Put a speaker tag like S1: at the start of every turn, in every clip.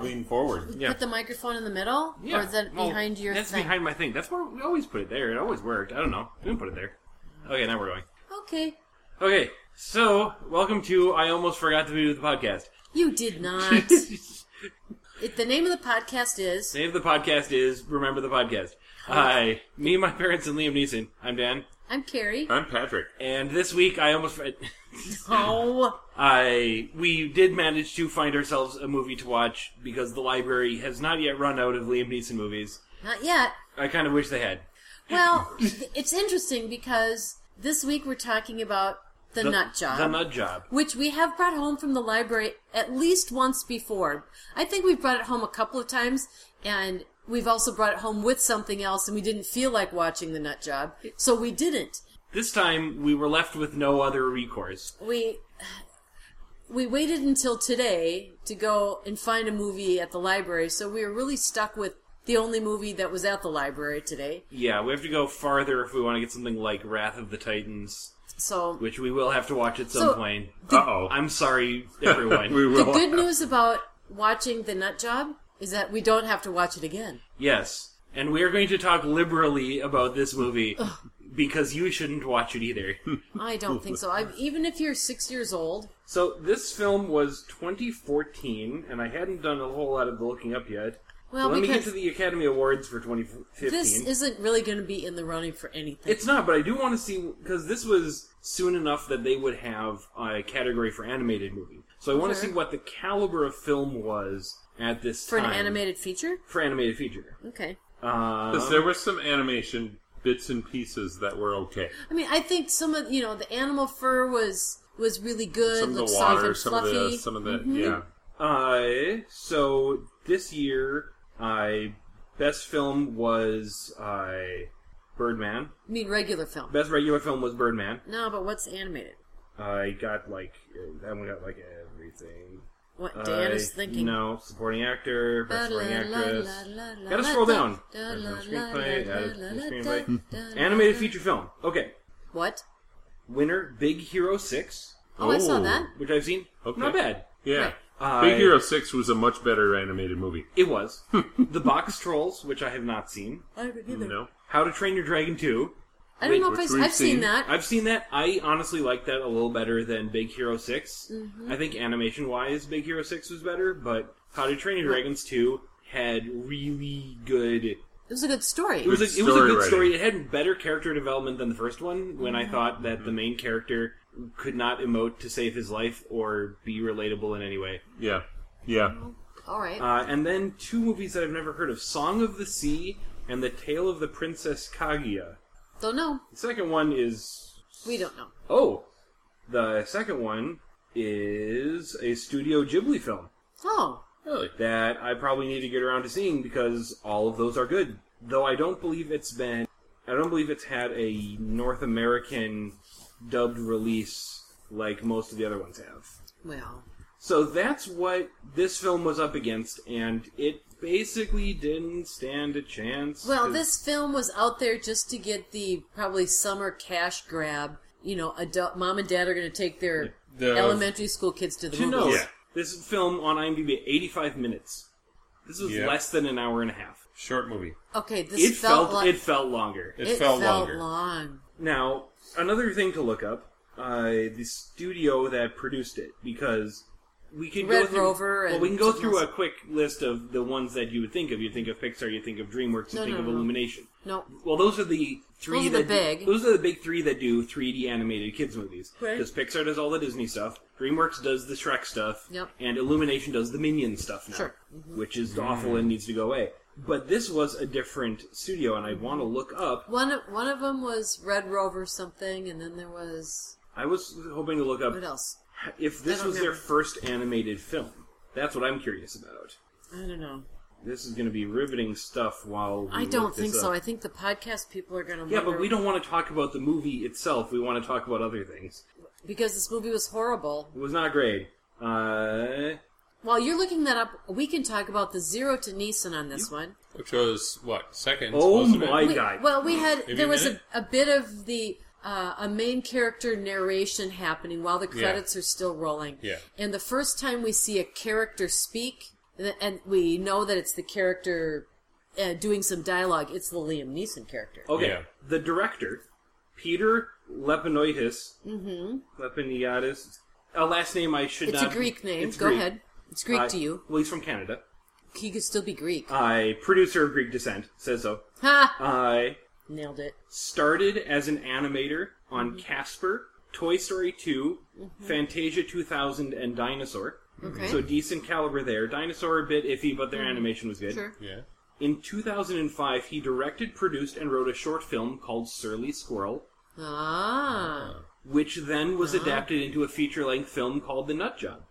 S1: lean forward.
S2: Yeah.
S3: Put the microphone in the middle, or is that
S2: Well,
S3: behind your
S2: That's
S3: thing?
S2: behind my thing. That's where we always put it there. It always worked. I don't know. We didn't put it there. Okay, now we're going.
S3: Okay,
S2: Okay, so welcome to I almost forgot to do the podcast.
S3: you did not. it, the name of the podcast is
S2: Name of the podcast is Remember the Podcast. Hi, me, my parents, and Liam Neeson. I'm Dan,
S3: I'm Carrie.
S2: Uh.
S1: I'm Patrick.
S2: and this week I almost fr-
S3: Oh,
S2: I we did manage to find ourselves a movie to watch because the library has not yet run out of Liam Neeson movies.
S3: not yet.
S2: I kind of wish they had.
S3: Well, it's interesting because this week we're talking about the, nut job.
S2: The nut job.
S3: which we have brought home from the library at least once before. I think we've brought it home a couple of times, and we've also brought it home with something else, and we didn't feel like watching the nut job, so we didn't.
S2: This time we were left with no other recourse.
S3: We we waited until today to go and find a movie at the library, so we were really stuck with the only movie that was at the library today.
S2: Yeah, we have to go farther if we want to get something like Wrath of the Titans,
S3: So
S2: which we will have to watch at some
S3: So-
S2: point.
S1: Uh oh.
S2: I'm sorry, everyone.
S1: We
S3: the
S1: will.
S3: good news about watching the nut job is that we don't have to watch it again.
S2: Yes. And we are going to talk liberally about this movie because you shouldn't watch it either.
S3: I don't think so. I, even if you're six years old,
S2: so this film was 2014, and I hadn't done a whole lot of the looking up yet.
S3: Well,
S2: But let me get
S3: because-
S2: to the Academy Awards for 2015.
S3: This isn't really going to be in the running for anything.
S2: it's not, but I do want to see because this was soon enough that they would have a category for animated movie. So I want to
S3: Sure.
S2: see what the caliber of film was at this
S3: for an
S2: time
S3: animated feature?
S2: for animated feature.
S3: Okay.
S2: Um,
S1: 'Cause there were some animation bits and pieces that were okay.
S3: I mean, I think some of, you know, the animal fur was was really good,
S1: Some of
S3: looked
S1: the
S3: Uh, soft
S1: water,
S3: and
S1: some of the
S3: fluffy. Mm-hmm.
S1: some of the yeah.
S2: Uh, so this year, I best film was uh, Birdman.
S3: I mean, regular film.
S2: Best regular film was Birdman.
S3: No, but what's animated?
S2: I got like uh, that one got like everything.
S3: What Dan
S2: I-
S3: is thinking.
S2: No, supporting actor, best supporting actress.
S3: Gotta
S2: Gotta scroll down. Screenplay, added screenplay. Animated feature film. Okay,
S3: What?
S2: winner Big Hero Six,
S3: Oh, I saw
S1: Oh.
S3: that.
S2: which I've seen.
S1: Okay.
S2: Not bad.
S1: Yeah.
S2: Right.
S1: Big
S2: I-
S1: Hero 6 was a much better animated movie.
S2: It was the Box Trolls, which I have not seen.
S3: I haven't either.
S1: No?
S2: How to Train Your Dragon Two.
S3: I don't know
S1: Which
S3: if I've,
S1: we've
S3: I've seen
S1: seen.
S3: that.
S2: I've seen that. I honestly like that a little better than Big Hero 6. I think animation wise, Big Hero 6 was better, but How to Train Your Dragons 2 had really good.
S3: It was a good story.
S2: It was,
S1: Good
S2: a, it was a
S1: story
S2: good
S1: writing.
S2: story. It had better character development than the first one when I thought that the main character could not emote to save his life or be relatable in any way.
S1: Yeah. Yeah.
S3: All right.
S2: Uh, and then two movies that I've never heard of Song of the Sea and The Tale of the Princess Kaguya.
S3: don't know.
S2: The second one is
S3: We don't know.
S2: Oh, the second one is a Studio Ghibli film
S3: Oh.
S1: Really?
S2: that I probably need to get around to seeing because all of those are good. Though I don't believe it's been, I don't believe it's had a North American dubbed release like most of the other ones have.
S3: Well.
S2: So that's what this film was up against, and it basically didn't stand a chance.
S3: Well,
S2: 'cause-
S3: this film was out there just to get the probably summer cash grab. You know, adult mom and dad are going to take their
S1: The-
S3: elementary school kids to the
S2: to
S3: movies.
S2: know
S1: Yeah.
S2: this film on IMDb, eighty-five minutes. This was
S1: Yeah.
S2: less than an hour and a half.
S1: Short movie.
S3: Okay, this
S2: it felt,
S3: like
S2: it felt longer.
S1: It, felt, longer.
S3: long.
S2: Now, another thing to look up: uh, the studio that produced it, because we can go
S3: Red
S2: through,
S3: Rover
S2: Well,
S3: and
S2: we can go
S3: something
S2: through a
S3: else.
S2: quick list of the ones that you would think of. You think of Pixar, you think of DreamWorks, you
S3: No,
S2: think
S3: no,
S2: of
S3: no.
S2: Illumination.
S3: No,
S2: Well, those are the three
S3: Those are the
S2: that
S3: big.
S2: those are the big three that do 3D animated kids movies.
S3: Right.
S2: Because Pixar does all the Disney stuff, DreamWorks does the Shrek stuff,
S3: Yep.
S2: and Illumination does the Minion stuff now, Mm-hmm.
S3: Sure.
S2: which is awful and needs to go away. But this was a different studio, and I want to look up.
S3: one of, one of them was Red Rover something, and then there was
S2: I was hoping to look up
S3: what else?
S2: if
S3: I
S2: this
S3: don't
S2: was their
S3: remember.
S2: first animated film. That's what I'm curious about.
S3: I don't know.
S2: This is going to be riveting stuff. While we
S3: I
S2: look
S3: don't
S2: this
S3: think so.
S2: up.
S3: I think the podcast people are going to
S2: yeah, but we don't want to talk about the movie itself. We want to talk about other things.
S3: because this movie was horrible.
S2: It was not great. Uh,
S3: While you're looking that up, we can talk about the zero to Nissan on this one.
S4: Which was what second?
S2: Oh
S4: wasn't it?
S2: my-
S3: We-
S2: guy.
S3: Well, we had
S4: you
S3: there was a,
S4: minute?
S3: a bit of the uh, a main character narration happening while the credits are still rolling.
S4: Yeah.
S3: And the first time we see a character speak, and, th- and we know that it's the character uh, doing some dialogue. It's the Liam Neeson character.
S2: Okay.
S4: Yeah.
S2: The director, Peter Lepinotis. Mm-hmm. Lepiniadis. A last name I should
S3: it's a
S2: not.
S3: Greek name.
S2: It's
S3: Go
S2: Greek.
S3: ahead. It's Greek
S2: Uh,
S3: to you.
S2: Well, he's from Canada.
S3: He could still be Greek.
S2: I producer of Greek descent says so.
S3: ha!
S2: I
S3: Nailed it.
S2: started as an animator
S3: Mm-hmm.
S2: on Casper, Toy Story 2, Fantasia 2000, and Dinosaur.
S3: Okay.
S2: So decent caliber there. Dinosaur a bit iffy, but their animation was good.
S3: Mm-hmm. Sure.
S4: Yeah.
S2: In 2005, he directed, produced, and wrote a short film called Surly Squirrel,
S3: Ah.
S2: which then was
S3: Uh-huh.
S2: adapted into a feature-length film called The Nut Job.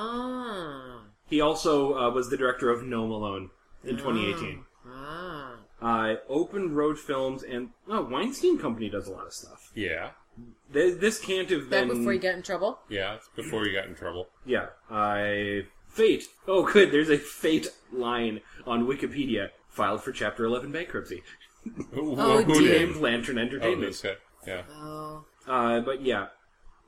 S3: Ah.
S2: He also uh, was the director of No Malone in 2018.
S3: Ah.
S2: Uh, Open Road Films and oh, Weinstein Company does a lot of stuff.
S4: Yeah.
S2: Th- This can't have
S3: Back
S2: been
S3: before he got in trouble?
S4: Yeah. It's before you got in trouble.
S2: Yeah, I fate. Oh, good. There's a fate line on Wikipedia. Filed for Chapter 11 bankruptcy.
S4: Who,
S3: Oh,
S4: who
S3: dear.
S2: Named
S4: did?
S2: Lantern
S4: Oh,
S2: Entertainment.
S4: this guy. Yeah.
S3: Oh.
S2: Uh, but yeah,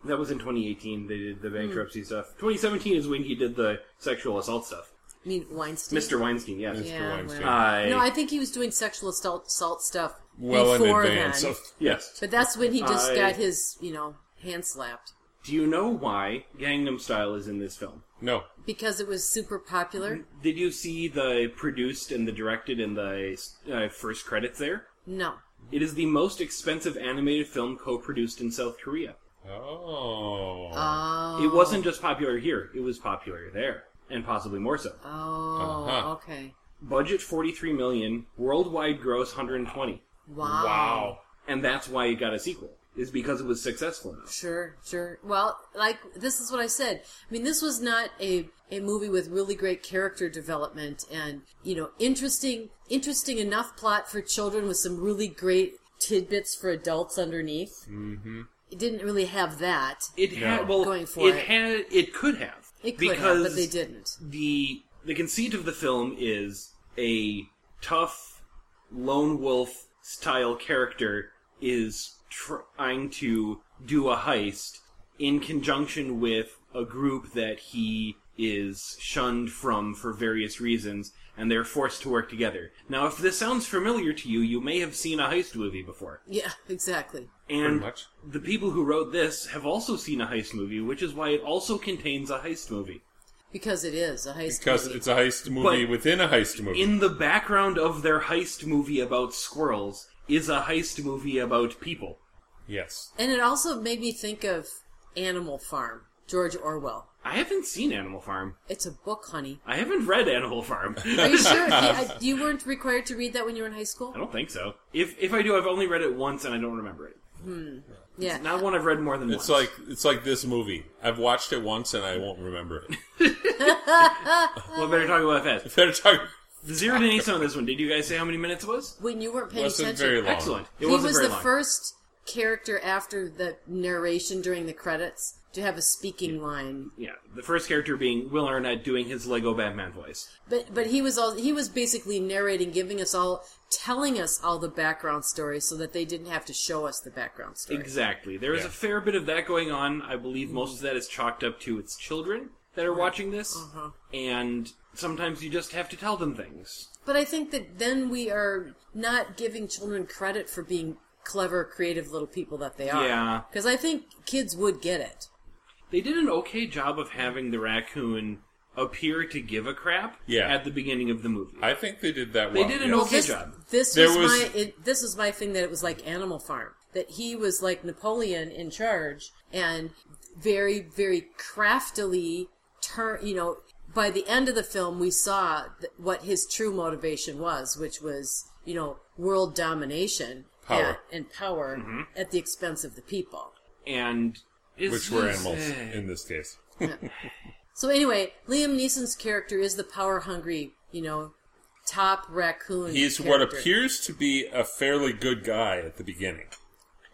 S2: that was in 2018. They did the bankruptcy stuff. 2017 is when he did the sexual assault stuff.
S3: I mean, Weinstein.
S2: Mr. Weinstein, yes.
S4: Mr.
S3: Yeah,
S4: Weinstein.
S3: well.
S2: I-
S3: No, I think he was doing sexual assault, assault stuff
S4: well in
S3: beforehand.
S4: advance. Of,
S2: Yes.
S3: But that's when he just
S2: I-
S3: got his, you know, hand slapped.
S2: Do you know why Gangnam Style is in this film?
S4: no.
S3: Because it was super popular?
S2: Did you see the produced and the directed and the uh, first credits there?
S4: Mm-hmm.
S3: No.
S2: It is the most expensive animated film co-produced in South Korea.
S4: Oh.
S2: Ah.
S3: Oh.
S2: It wasn't just popular here, it was popular there, and possibly more so.
S3: Oh,
S4: Uh-huh.
S3: okay.
S2: Budget 43 million, worldwide gross 120.
S3: Wow.
S4: wow.
S2: And that's why it got a sequel, is because it was successful enough.
S3: Sure, sure. Well, like this is what I said. I mean, this was not a a movie with really great character development and you know interesting interesting enough plot for children with some really great tidbits for adults underneath. Mm-hmm. It didn't really have that.
S2: It had, well,
S3: Going for
S2: it,
S3: it.
S2: had, it could have.
S3: It could
S2: because
S3: have, but they didn't.
S2: The, the conceit of the film is a tough, lone wolf style character is trying to do a heist in conjunction with a group that he is shunned from for various reasons, and they're forced to work together. Now, if this sounds familiar to you, you may have seen a heist movie before.
S3: Yeah, exactly.
S2: And
S4: much.
S2: the people who wrote this have also seen a heist movie, which is why it also contains a heist movie.
S3: Because it is a heist
S4: Because
S3: movie.
S4: it's a heist movie
S2: But-
S4: within a heist movie.
S2: In the background of their heist movie about squirrels is a heist movie about people.
S4: yes.
S3: and it also made me think of Animal Farm, George Orwell.
S2: I haven't seen Animal Farm.
S3: It's a book, honey.
S2: I haven't read Animal Farm.
S3: Are
S2: I
S3: you sure? Yeah, you weren't required to read that when you were in high school.
S2: don't think so. If if I do, I've only read it once and I don't remember it.
S3: Yeah.
S2: Not one I've read more than
S4: It's
S2: once.
S4: like it's like this movie. I've watched it once and I won't remember it.
S2: well, better talk about it fast.
S4: Better talk.
S2: The zero to eight on this one. Did you guys say how many minutes it was?
S3: when you weren't paying
S4: Wasn't
S3: attention.
S4: very long.
S2: Excellent. It
S3: he
S2: wasn't
S3: was
S2: very
S3: the
S2: long.
S3: first character after the narration during the credits to have a speaking line.
S2: Yeah, the first character being Will Arnett doing his Lego Batman voice.
S3: But but he was all he was basically narrating, giving us all telling us all the background story so that they didn't have to show us the background story.
S2: Exactly. There is
S4: Yeah.
S2: a fair bit of that going on. I believe most of that is chalked up to its children that are watching this,
S4: Uh-huh.
S2: and sometimes you just have to tell them things.
S3: But I think that then we are not giving children credit for being clever, creative little people that they are.
S2: Yeah.
S3: Because I think kids would get it.
S2: They did an okay job of having the raccoon appear to give a crap
S4: Yeah.
S2: at the beginning of the movie.
S4: I think they did that.
S2: They
S4: well.
S2: did
S4: yeah.
S2: an okay
S3: this,
S2: job.
S3: This
S4: There
S3: was,
S4: was-
S3: my it, this was my thing that it was like Animal Farm that he was like Napoleon in charge and very very craftily turn you know by the end of the film we saw th- what his true motivation was which was you know world domination
S4: Power. Mm-hmm.
S3: and, and power at the expense of the people
S2: and it's
S4: which were
S2: just-
S4: animals in this case.
S3: so anyway Liam Neeson's character is the power hungry you know top raccoon
S4: He's what
S3: character.
S4: appears to be a fairly good guy at the beginning.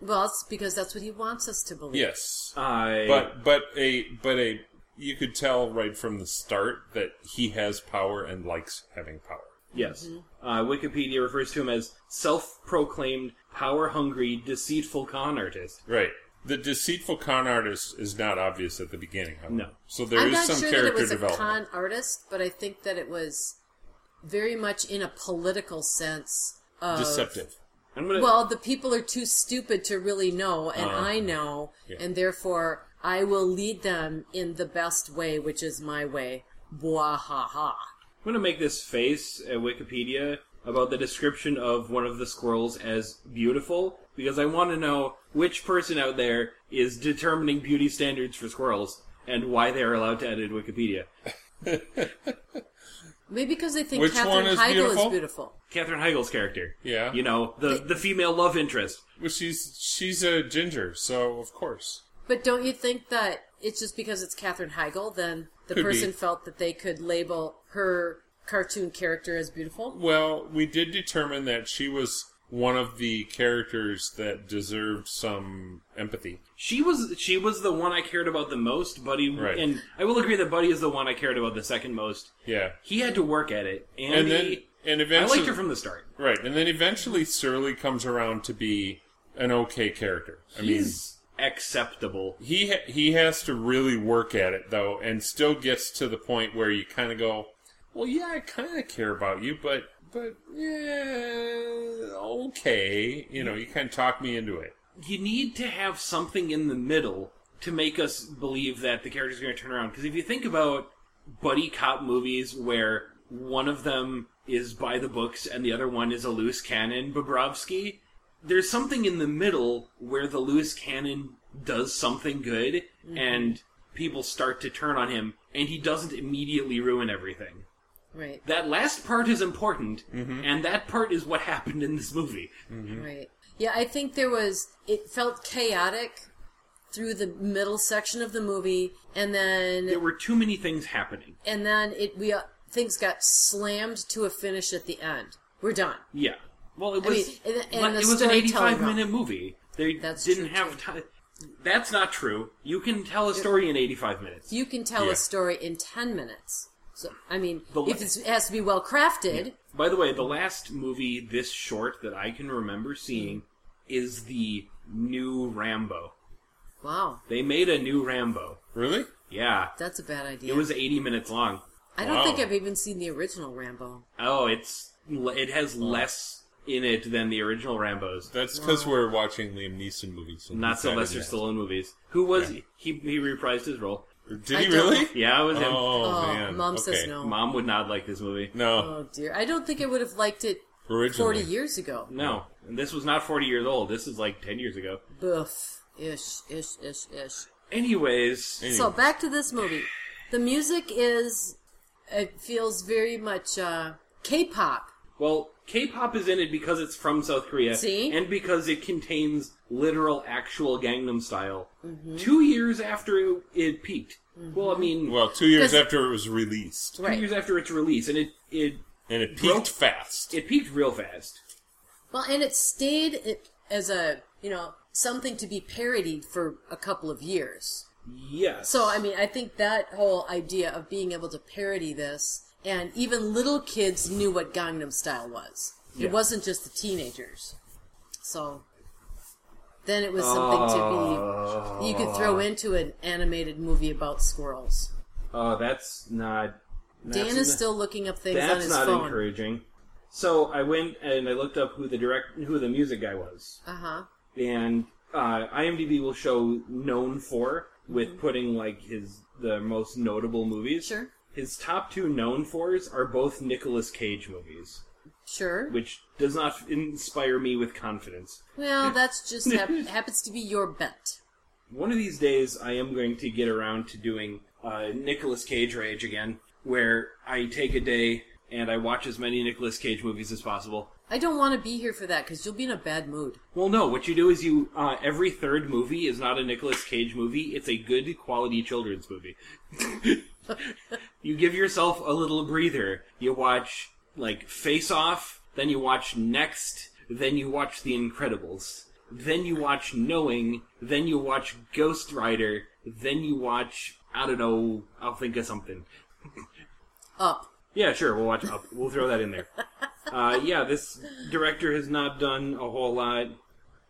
S3: well it's because that's what he wants us to believe
S4: Yes.
S2: I
S4: but but a but a you could tell right from the start that he has power and likes having power.
S2: yes, uh, Wikipedia refers to him as self-proclaimed, power-hungry, deceitful con artist.
S4: Right. The deceitful con artist is not obvious at the beginning. However.
S2: No.
S4: So there is
S3: I'm not
S4: some
S3: sure that it
S4: character
S3: was a
S4: development.
S3: con artist, but I think that it was very much in a political sense of
S4: Deceptive.
S2: I'm gonna.
S3: Well, the people are too stupid to really know, and
S4: Uh-huh.
S3: I know, and therefore I will lead them in the best way, which is my way. Blah ha ha.
S2: I'm gonna make this face at Wikipedia about the description of one of the squirrels as beautiful because I want to know which person out there is determining beauty standards for squirrels and why they are allowed to edit Wikipedia.
S3: Maybe because they think
S4: Which
S3: Catherine
S4: one is
S3: Heigl
S4: beautiful?
S3: is beautiful.
S2: Catherine Heigl's character.
S4: Yeah.
S2: You know, the, the female love interest.
S4: Well, she's she's a ginger, so of course.
S3: But don't you think that it's just because it's Katherine Heigl, then the
S4: Could be.
S3: person felt that they could label her cartoon character as beautiful?
S4: Well, we did determine that she was one of the characters that deserved some empathy.
S2: She was she was the one I cared about the most, Buddy
S4: Right.
S2: and I will agree that Buddy is the one I cared about the second most.
S4: Yeah.
S2: He had to work at it.
S4: And
S2: Andy,
S4: then and
S2: I
S4: eventually
S2: liked her from the start.
S4: Right, and then eventually Surly comes around to be an okay character. I
S2: He's acceptable.
S4: mean, he ha- he has to really work at it though, and still gets to the point where you kind of go, "Well, yeah, I kind of care about you, but but yeah, okay, you know, you kind of talk me into it."
S2: you need to have something in the middle to make us believe that the character's going to turn around. Because if you think about buddy cop movies where one of them is by the books and the other one is a loose cannon, Bobrovsky, there's something in the middle where the loose cannon does something good and people start to turn on him and he doesn't immediately ruin everything.
S3: Right,
S2: That last part is important, and that part is what happened in this movie.
S3: right. Yeah, I think there was, it felt chaotic through the middle section of the movie, and then
S2: There were too many things happening.
S3: and then it we uh, things got slammed to a finish at the end. We're done.
S2: Yeah. Well, it
S3: I mean,
S2: was.
S3: and- and
S2: le- it was
S3: the
S2: an
S3: storytelling
S2: eighty-five
S3: wrong.
S2: minute movie. They
S3: That's
S2: didn't
S3: true,
S2: have time. That's not true. You can tell a story in eighty-five minutes.
S3: You can tell
S4: Yeah.
S3: a story in ten minutes. So I mean,
S2: The la-
S3: if it's, it has to be well crafted,
S2: By the way, the last movie this short that I can remember seeing is the new Rambo.
S3: wow,
S2: They made a new Rambo.
S4: Really?
S2: Yeah,
S3: that's a bad idea.
S2: it was eighty minutes long.
S3: I don't
S4: wow.
S3: think I've even seen the original Rambo.
S2: Oh, it's le- it has less in it than the original Rambo's.
S4: That's because we're watching Liam Neeson movies. and
S2: Not
S4: decided
S2: Sylvester
S4: that.
S2: Stallone movies. Who was he? He reprised his role.
S4: Did
S3: I
S4: he
S3: don't
S4: really?
S3: know.
S2: Yeah, it was him.
S4: Oh,
S3: Oh,
S4: man.
S3: mom says
S4: Okay.
S3: no.
S2: Mom would not like this movie.
S4: No,
S3: Oh dear, I don't think I would have liked it
S4: originally.
S3: forty years ago.
S2: No, and this was not 40 years old. This is like 10 years ago.
S3: Boof, ish, ish, ish, ish.
S2: Anyways,
S3: So back to this movie. The music is it feels very much uh, K-pop.
S2: well, K-pop is in it because it's from South Korea,
S3: See?
S2: and because it contains literal, actual Gangnam Style.
S3: Mm-hmm.
S2: Two years after it, it peaked. Well, I mean,
S4: Well, two years
S3: 'Cause-
S4: after it was released,
S2: two
S3: Mm-hmm. Right.
S2: years after its release, and it it
S4: and it peaked
S2: Broke-
S4: fast.
S2: it peaked real fast.
S3: Well, and it stayed it, as a you know something to be parodied for a couple of years.
S2: Yes.
S3: So I mean, I think that whole idea of being able to parody this, and even little kids knew what Gangnam Style was.
S2: Yeah.
S3: It wasn't just the teenagers. So then it was something to be you could throw into an animated movie about squirrels.
S2: oh, that's not.
S3: Dan
S2: that's
S3: is
S2: not-
S3: still looking up things on
S2: That's
S3: his
S2: not
S3: phone.
S2: encouraging. So I went and I looked up who the direct who the music guy was.
S3: Uh huh.
S2: and uh, IMDb will show known for with putting like his the most notable movies.
S3: Sure.
S2: His top two known fors are both Nicolas Cage movies,
S3: Sure.
S2: which does not inspire me with confidence.
S3: Well, that's just hap- happens to be your bet.
S2: One of these days, I am going to get around to doing uh, Nicolas Cage Rage again, where I take a day and I watch as many Nicolas Cage movies as possible.
S3: I don't want to be here for that because you'll be in a bad mood.
S2: Well, no. What you do is you uh, every third movie is not a Nicolas Cage movie. It's a good quality children's movie. you give yourself a little breather. You watch like Face Off, then you watch Next, then you watch The Incredibles, then you watch Knowing, then you watch Ghost Rider, then you watch I don't know. I'll think of something.
S3: Up.
S2: Yeah, sure. We'll watch Up. We'll throw that in there. Uh, yeah, this director has not done a whole lot.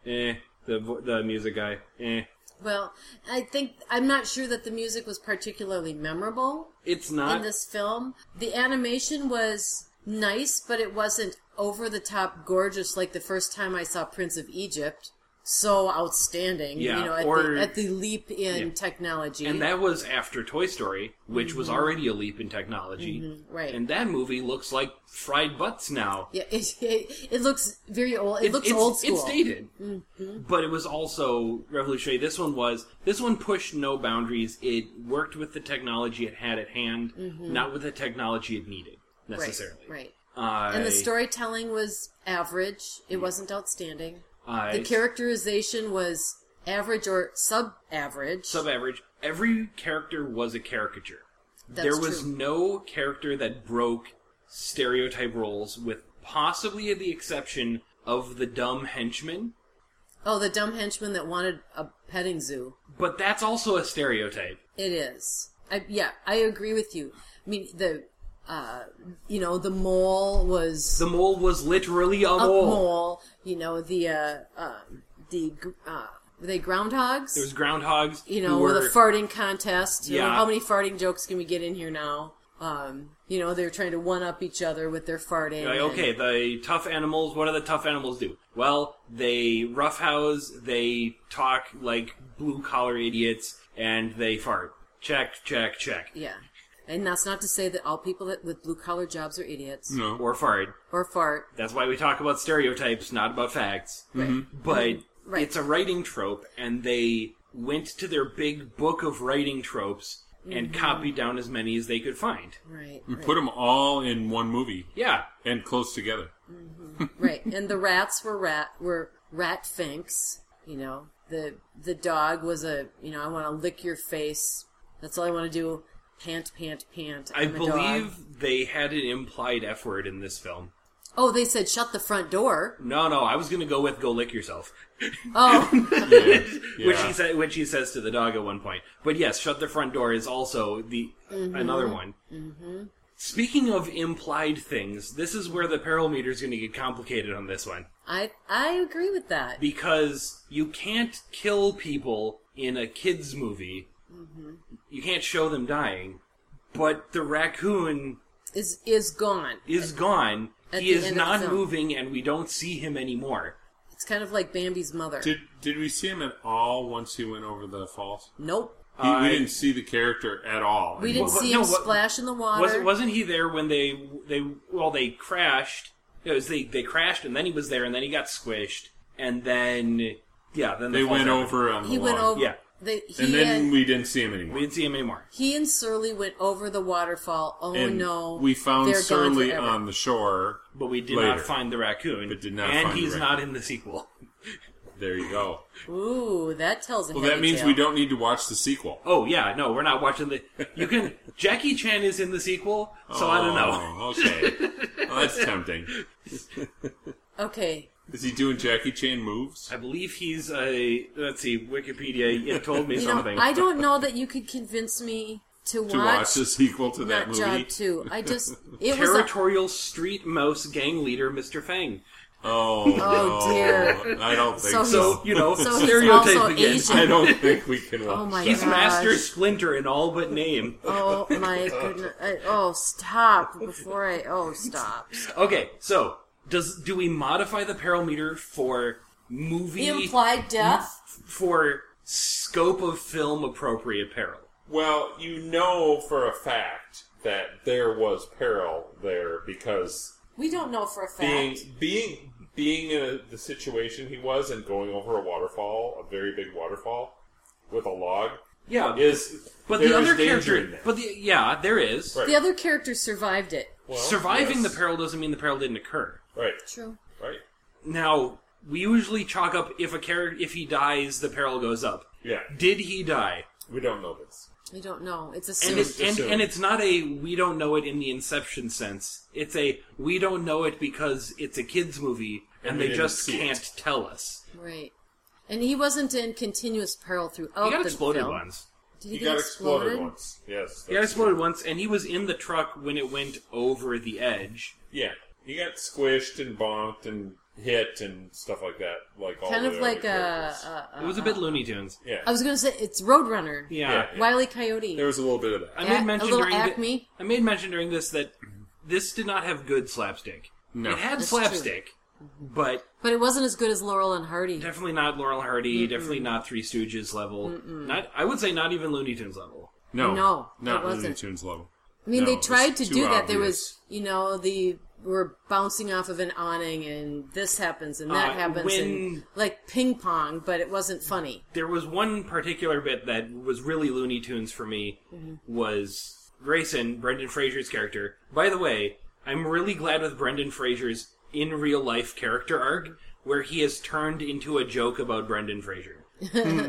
S2: Eh, the vo- the music guy. Eh,
S3: Well, I think I'm not sure that the music was particularly memorable
S2: It's not.
S3: in this film. The animation was nice, but it wasn't over the top gorgeous like the first time I saw Prince of Egypt. So outstanding,
S2: Yeah,
S3: you know, at,
S2: or-
S3: the, at the leap in
S2: Yeah.
S3: technology.
S2: and that was after Toy Story, which was already a leap in technology.
S3: Mm-hmm. right.
S2: And that movie looks like fried butts now.
S3: yeah, it, it, it looks very old. It,
S2: It-
S3: looks
S2: it's,
S3: old school. Mm-hmm.
S2: It's dated, but it was also revolutionary. This one was. This one pushed no boundaries. It worked with the technology it had at hand, not with the technology it needed necessarily.
S3: Mm-hmm. Right. right.
S2: I,
S3: And the storytelling was average. It wasn't outstanding.
S2: I,
S3: The characterization was average or sub average.
S2: sub-average. Every character was a caricature.
S3: That's
S2: there was
S3: true.
S2: no character that broke stereotype roles, with possibly the exception of the dumb henchman.
S3: Oh, the dumb henchman that wanted a petting zoo.
S2: But that's also a stereotype.
S3: It is. I, yeah, I agree with you. I mean, the, uh, you know, the mole was
S2: The mole was literally a,
S3: a
S2: mole.
S3: mole. You know, the, uh, uh, the, gr- uh, were they groundhogs?
S2: There was groundhogs.
S3: you
S2: who
S3: know,
S2: were,
S3: with a farting contest. You know,
S2: Yeah.
S3: how many farting jokes can we get in here now? Um, you know, they're trying to one up each other with their farting.
S2: Like,
S3: and-
S2: okay, the tough animals. What do the tough animals do? Well, they roughhouse, they talk like blue collar idiots, and they fart. Check, check, check,
S3: Yeah. And that's not to say that all people that with blue collar jobs are idiots
S4: No.
S2: or fart.
S3: or fart.
S2: That's why we talk about stereotypes, not about facts. But
S3: Right.
S2: it's a writing trope, and they went to their big book of writing tropes and copied down as many as they could find.
S3: Right.
S4: You
S3: right.
S4: put them all in one movie
S2: Yeah,
S4: and close together.
S3: Right, and the rats were rat were rat finks. You know, the the dog was a you know I want to lick your face. That's all I want to do. Pant, pant, pant.
S2: I
S3: I'm a dog.
S2: believe they had an implied F word in this film.
S3: Oh, they said shut the front door.
S2: No, no, I was gonna go with "Go lick yourself,"
S3: Oh,
S4: Yeah.
S2: which
S4: Yeah.
S2: he said, which he says to the dog at one point. But yes, "Shut the front door" is also the another one. Mm-hmm. Speaking of implied things, this is where the peril meter is going to get complicated on this one
S3: I I agree with that.
S2: because you can't kill people in a kids movie.
S3: Mm-hmm.
S2: You can't show them dying, but the raccoon
S3: Is is gone.
S2: is gone.
S3: At
S2: he
S3: the
S2: is
S3: end of the
S2: not
S3: film.
S2: moving, and we don't see him anymore.
S3: It's kind of like Bambi's mother.
S4: Did did we see him at all once he went over the falls?
S3: nope,
S4: He,
S2: I-
S4: we didn't see the character at all.
S3: we didn't
S2: Well,
S3: see
S2: no,
S3: him
S2: what-
S3: splash in the water.
S2: Was wasn't he there when they they well they crashed? It was they they crashed and then he was there and then he got squished and then yeah then the
S4: They
S2: falls
S4: went
S2: happened.
S4: over on the
S3: he went
S4: lawn.
S3: over.
S2: Yeah.
S3: They, he
S4: and then
S3: and,
S4: we didn't see him anymore.
S2: We didn't see him anymore.
S3: he and Surly went over the waterfall. Oh
S4: and
S3: no!
S4: we found
S3: They're gone
S4: Surly um,
S3: forever.
S4: on the shore.
S2: But we did
S4: Later.
S2: not find the raccoon.
S4: But did not
S2: and
S4: find the
S2: he's
S4: raccoon.
S2: not in the sequel.
S4: There you go.
S3: Ooh, that tells a
S4: Well, that
S3: heavy
S4: means
S3: tale.
S4: we don't need to watch the sequel.
S2: Oh yeah, no, we're not watching the. You can Jackie Chan is in the sequel, so I don't know.
S4: Oh, okay, well, that's tempting.
S3: Okay,
S4: Is he doing Jackie Chan moves?
S2: I believe he's a. Let's see, Wikipedia. It told me
S3: you
S2: something.
S3: know, I don't know that you could convince me to watch,
S4: To watch the sequel to that
S3: Nut
S4: movie?
S3: Job Two. I just it was a,
S2: Territorial street mouse gang leader Mr. Fang.
S4: Oh,
S3: Oh,
S4: no.
S3: dear.
S4: I don't think
S3: So
S4: so.
S2: So you know,
S3: so he's
S2: stereotype
S3: also
S2: again.
S3: Asian.
S4: I don't think we can watch.
S3: Oh my
S2: He's
S3: gosh!
S2: Master Splinter in all but name.
S3: Oh my goodness! I, oh stop before I oh stop.
S2: Okay, so does do we modify the parameter for movie
S3: Implied death.
S2: for scope of film appropriate peril?
S4: Well, you know for a fact that there was peril there because
S3: We don't know for a fact.
S4: being being being in a, the situation he was and going over a waterfall, a very big waterfall with a log
S2: Yeah,
S4: is
S2: but
S4: there
S2: the
S4: is
S2: other
S4: danger in
S2: character,
S4: that.
S2: but the yeah, there is
S4: Right.
S3: the other character survived it.
S4: Well,
S2: surviving
S4: yes.
S2: the peril doesn't mean the peril didn't occur.
S4: Right,
S3: True.
S4: right.
S2: Now we usually chalk up if a character if he dies, the peril goes up.
S4: Yeah,
S2: Did he die?
S4: we don't know this.
S3: We don't know. It's
S2: and
S3: assumed.
S2: it's, and,
S4: assumed.
S2: and it's not a we don't know it in the inception sense. It's a we don't know it because it's a kids movie and,
S4: And we
S2: they
S4: didn't
S2: just
S4: see it.
S2: can't tell us.
S3: right. And he wasn't in continuous peril throughout
S2: He got
S3: the
S2: exploded
S3: film.
S2: once.
S3: Did he,
S4: He
S3: get
S4: got
S3: exploded?
S4: exploded once. Yes.
S2: He got
S4: that's-
S2: exploded once, and he was in the truck when it went over the edge.
S4: Yeah, he got squished and bonked and hit and stuff like that. Like all
S3: kind
S4: the
S3: of
S4: other
S3: like a,
S4: characters.
S3: a, a.
S2: It was a bit Looney Tunes.
S4: yeah.
S3: I was going to say it's Roadrunner.
S2: Yeah.
S4: Yeah.
S3: Wile E. Coyote.
S4: there was a little bit of that.
S2: I
S3: Ac-
S2: made
S3: a
S2: mention
S3: little
S2: during the-
S3: Acme.
S2: I made mention during this that this did not have good slapstick.
S4: No.
S2: It had
S3: That's
S2: slapstick, but
S3: but it wasn't as good as Laurel and Hardy.
S2: definitely not Laurel and Hardy. Definitely not Three Stooges level. Not I would say not even Looney Tunes level.
S4: No,
S3: No,
S4: not
S3: it wasn't.
S4: Looney Tunes level.
S3: I mean,
S4: No,
S3: they
S4: it's
S3: tried to
S4: too
S3: do that. There
S4: obvious.
S3: was, you know, the we're bouncing off of an awning, and this happens, and that
S2: Uh,
S3: happens, and
S2: when-
S3: like ping pong, but it wasn't funny.
S2: There was one particular bit that was really Looney Tunes for me. Was Grayson Brendan Fraser's character? By the way, I'm really glad with Brendan Fraser's in real life character arc where he has turned into a joke about Brendan Fraser.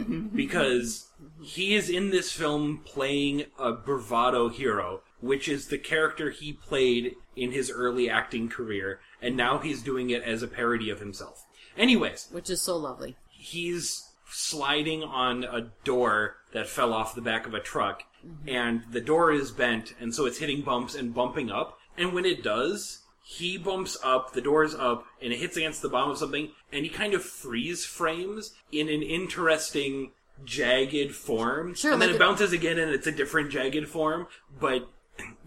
S2: because he is in this film playing a bravado hero, which is the character he played in his early acting career, and now he's doing it as a parody of himself. Anyways,
S3: which is so lovely.
S2: he's sliding on a door that fell off the back of a truck,
S3: Mm-hmm.
S2: and the door is bent, and so it's hitting bumps and bumping up. And when it does, he bumps up, the door's up, and it hits against the bottom of something, and he kind of freeze frames in an interesting jagged form.
S3: Sure,
S2: and then
S3: like
S2: it
S3: a-
S2: bounces again, and it's a different jagged form. But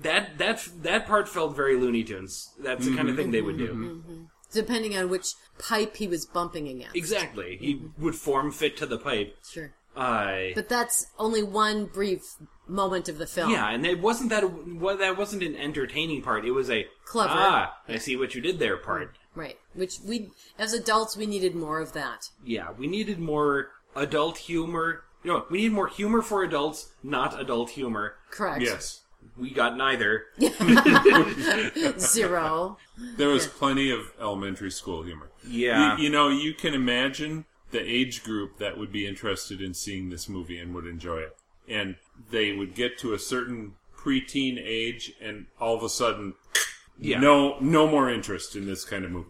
S2: that that that part felt very Looney Tunes. That's the kind of thing they would do.
S3: Mm-hmm. Depending on which pipe he was bumping against.
S2: Exactly, he
S3: Mm-hmm.
S2: would form fit to the pipe.
S3: Sure.
S2: Uh,
S3: But that's only one brief moment of the film.
S2: Yeah, and it wasn't that well, that wasn't an entertaining part. It was a
S3: Clever.
S2: Ah, I see what you did there part.
S3: Right. Which we, as adults, we needed more of that.
S2: Yeah, we needed more adult humor. No, we need more humor for adults, not adult humor.
S3: Correct.
S4: Yes,
S2: We got neither.
S3: Zero.
S4: there was plenty of elementary school humor.
S2: Yeah.
S4: you, you know, you can imagine the age group that would be interested in seeing this movie and would enjoy it, and they would get to a certain preteen age, and all of a sudden,
S2: Yeah.
S4: no, no more interest in this kind of movie.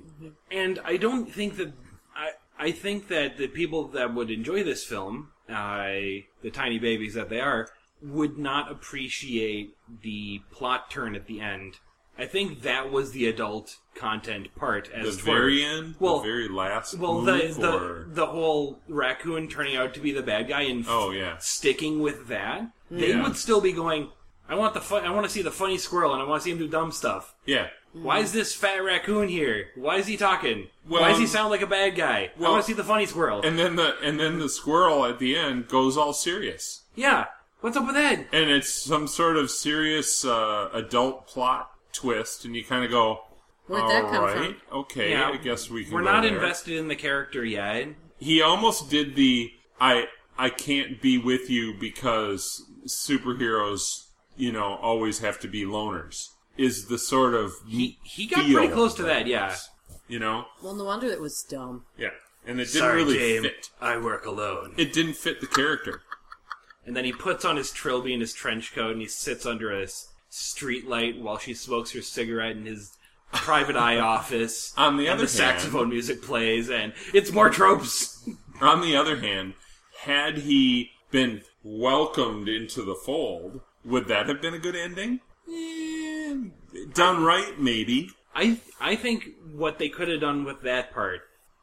S2: And I don't think that I I think that the people that would enjoy this film, uh, the tiny babies that they are, would not appreciate the plot turn at the end. I think that was the adult content part.
S4: The
S2: As it were.
S4: very end,
S2: Well-
S4: the very last
S2: Well, the,
S4: move,
S2: the
S4: or
S2: the whole raccoon turning out to be the bad guy and f-
S4: Oh, yeah.
S2: sticking with that, they
S4: Yeah.
S2: would still be going. I want the fun, I want to see the funny squirrel and I want to see him do dumb stuff.
S4: yeah,
S2: Why is this fat raccoon here? Why is he talking?
S4: Well,
S2: Why does he
S4: um,
S2: sound like a bad guy? I
S4: well-
S2: want to see the funny squirrel.
S4: and then the and then the squirrel at the end goes all serious.
S2: yeah, what's up with that?
S4: and it's some sort of serious uh, adult plot twist, and you kind of go,
S3: Where'd that come
S4: "Alright,
S3: from?"
S4: okay,
S2: Yeah,
S4: I guess we can."
S2: We're
S4: go
S2: not
S4: there."
S2: invested in the character yet.
S4: He almost did the I I can't be with you because superheroes, you know, always have to be loners. Is the sort of
S2: He he got
S4: feel
S2: pretty close to
S4: of
S2: that. Yeah.
S4: you know,
S3: Well, no wonder it was dumb.
S4: yeah, and it didn't
S2: Sorry,
S4: really
S2: James.
S4: fit.
S2: I work alone.
S4: It didn't fit the character.
S2: And then he puts on his trilby and his trench coat and he sits under a s- street light while she smokes her cigarette in his private eye office.
S4: On the
S2: and
S4: other
S2: the
S4: hand-
S2: saxophone music plays and it's more tropes.
S4: On the other hand, had he been welcomed into the fold, would that have been a good ending? Eh, done right, maybe.
S2: I I think what they could have done with that part,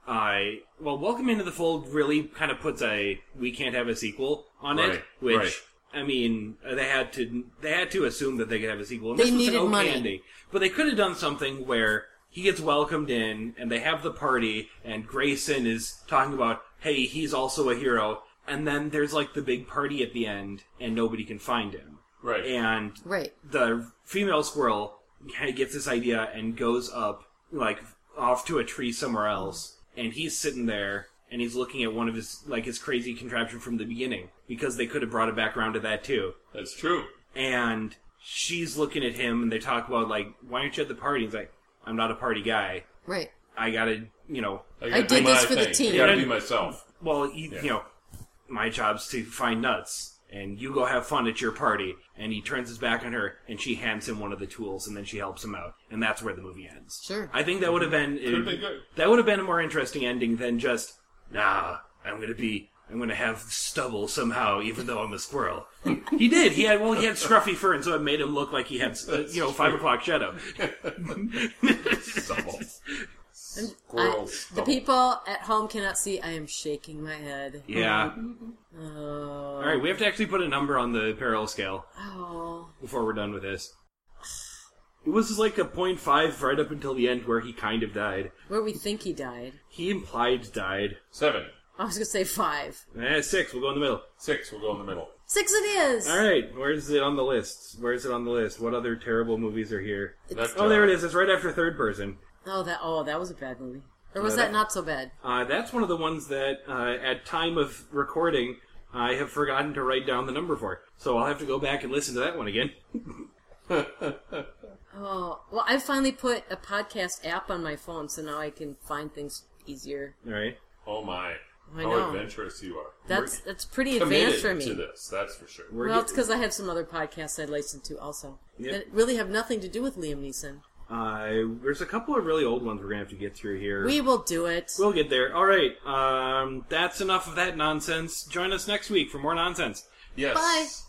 S2: I well, Welcome into the Fold really kind of puts a we can't have a sequel on it,
S4: Right,
S2: which
S4: right.
S2: I mean uh, they had to they had to assume that they could have a sequel. And
S3: They
S2: this was an
S3: needed
S2: okay
S3: money.
S2: ending. but they could have done something where he gets welcomed in and they have the party, and Grayson is talking about hey, he's also a hero, and then there's like the big party at the end, and nobody can find him,
S4: Right.
S2: and
S3: Right.
S2: the female squirrel kinda gets this idea and goes up like off to a tree somewhere else and he's sitting there and he's looking at one of his like his crazy contraption from the beginning because they could have brought it back around to that too
S4: That's true.
S2: and she's looking at him and they talk about like why aren't you at the party he's like i'm not a party guy
S3: Right.
S2: i gotta you know
S4: gotta
S3: I
S4: do
S3: did
S4: my
S3: this for the
S4: thing.
S3: team.
S4: I gotta be myself.
S2: well, you,
S4: Yeah.
S2: you know, my job's to find nuts, and you go have fun at your party. And he turns his back on her, and she hands him one of the tools, and then she helps him out, and that's where the movie ends.
S3: Sure.
S2: I think that would have been uh,
S4: have been good.
S2: that would have been a more interesting ending than just nah. I'm gonna be. I'm gonna have stubble somehow, even though I'm a squirrel. he did. He had well, he had scruffy fur, and so it made him look like he had, uh, you know, five o'clock shadow.
S3: uh,
S4: Squirrels.
S3: people at home cannot see, I am shaking my head.
S2: Yeah.
S3: Oh.
S2: All right, we have to actually put a number on the parallel scale
S3: Oh.
S2: before we're done with this. It was like a 0.5 right up until the end where he kind of died.
S3: Where we think he died.
S2: He implied died.
S4: Seven.
S3: I was going to say five.
S2: Eh, six, we'll go in the middle.
S4: Six. We'll go in the middle.
S3: Six it is.
S2: All right, where is it on the list? Where is it on the list? What other terrible movies are here?
S4: That's
S2: Oh, there it is. It's right after third person.
S3: Oh, that oh, that was a bad movie. Or was
S2: Yeah,
S3: that
S2: that-
S3: not so bad?
S2: Uh, that's one of the ones that, uh, at time of recording, I have forgotten to write down the number for. So I'll have to go back and listen to that one again.
S3: Oh, well, I finally put a podcast app on my phone, so now I can find things easier.
S2: All right.
S4: Oh my!
S3: I
S4: How
S3: know.
S4: adventurous you are.
S3: That's that's pretty
S4: We're
S3: advanced
S4: committed
S3: for me.
S4: to this. That's for sure.
S2: We're
S3: Well, it's
S2: getting-
S3: because I have some other podcasts I listen to also
S2: Yep.
S3: that really have nothing to do with Liam Neeson.
S2: uh, there's a couple of really old ones we're going to have to get through here.
S3: We will do it.
S2: We'll get there. All right. Um, that's enough of that nonsense. Join us next week for more nonsense.
S4: Yes.
S3: Bye.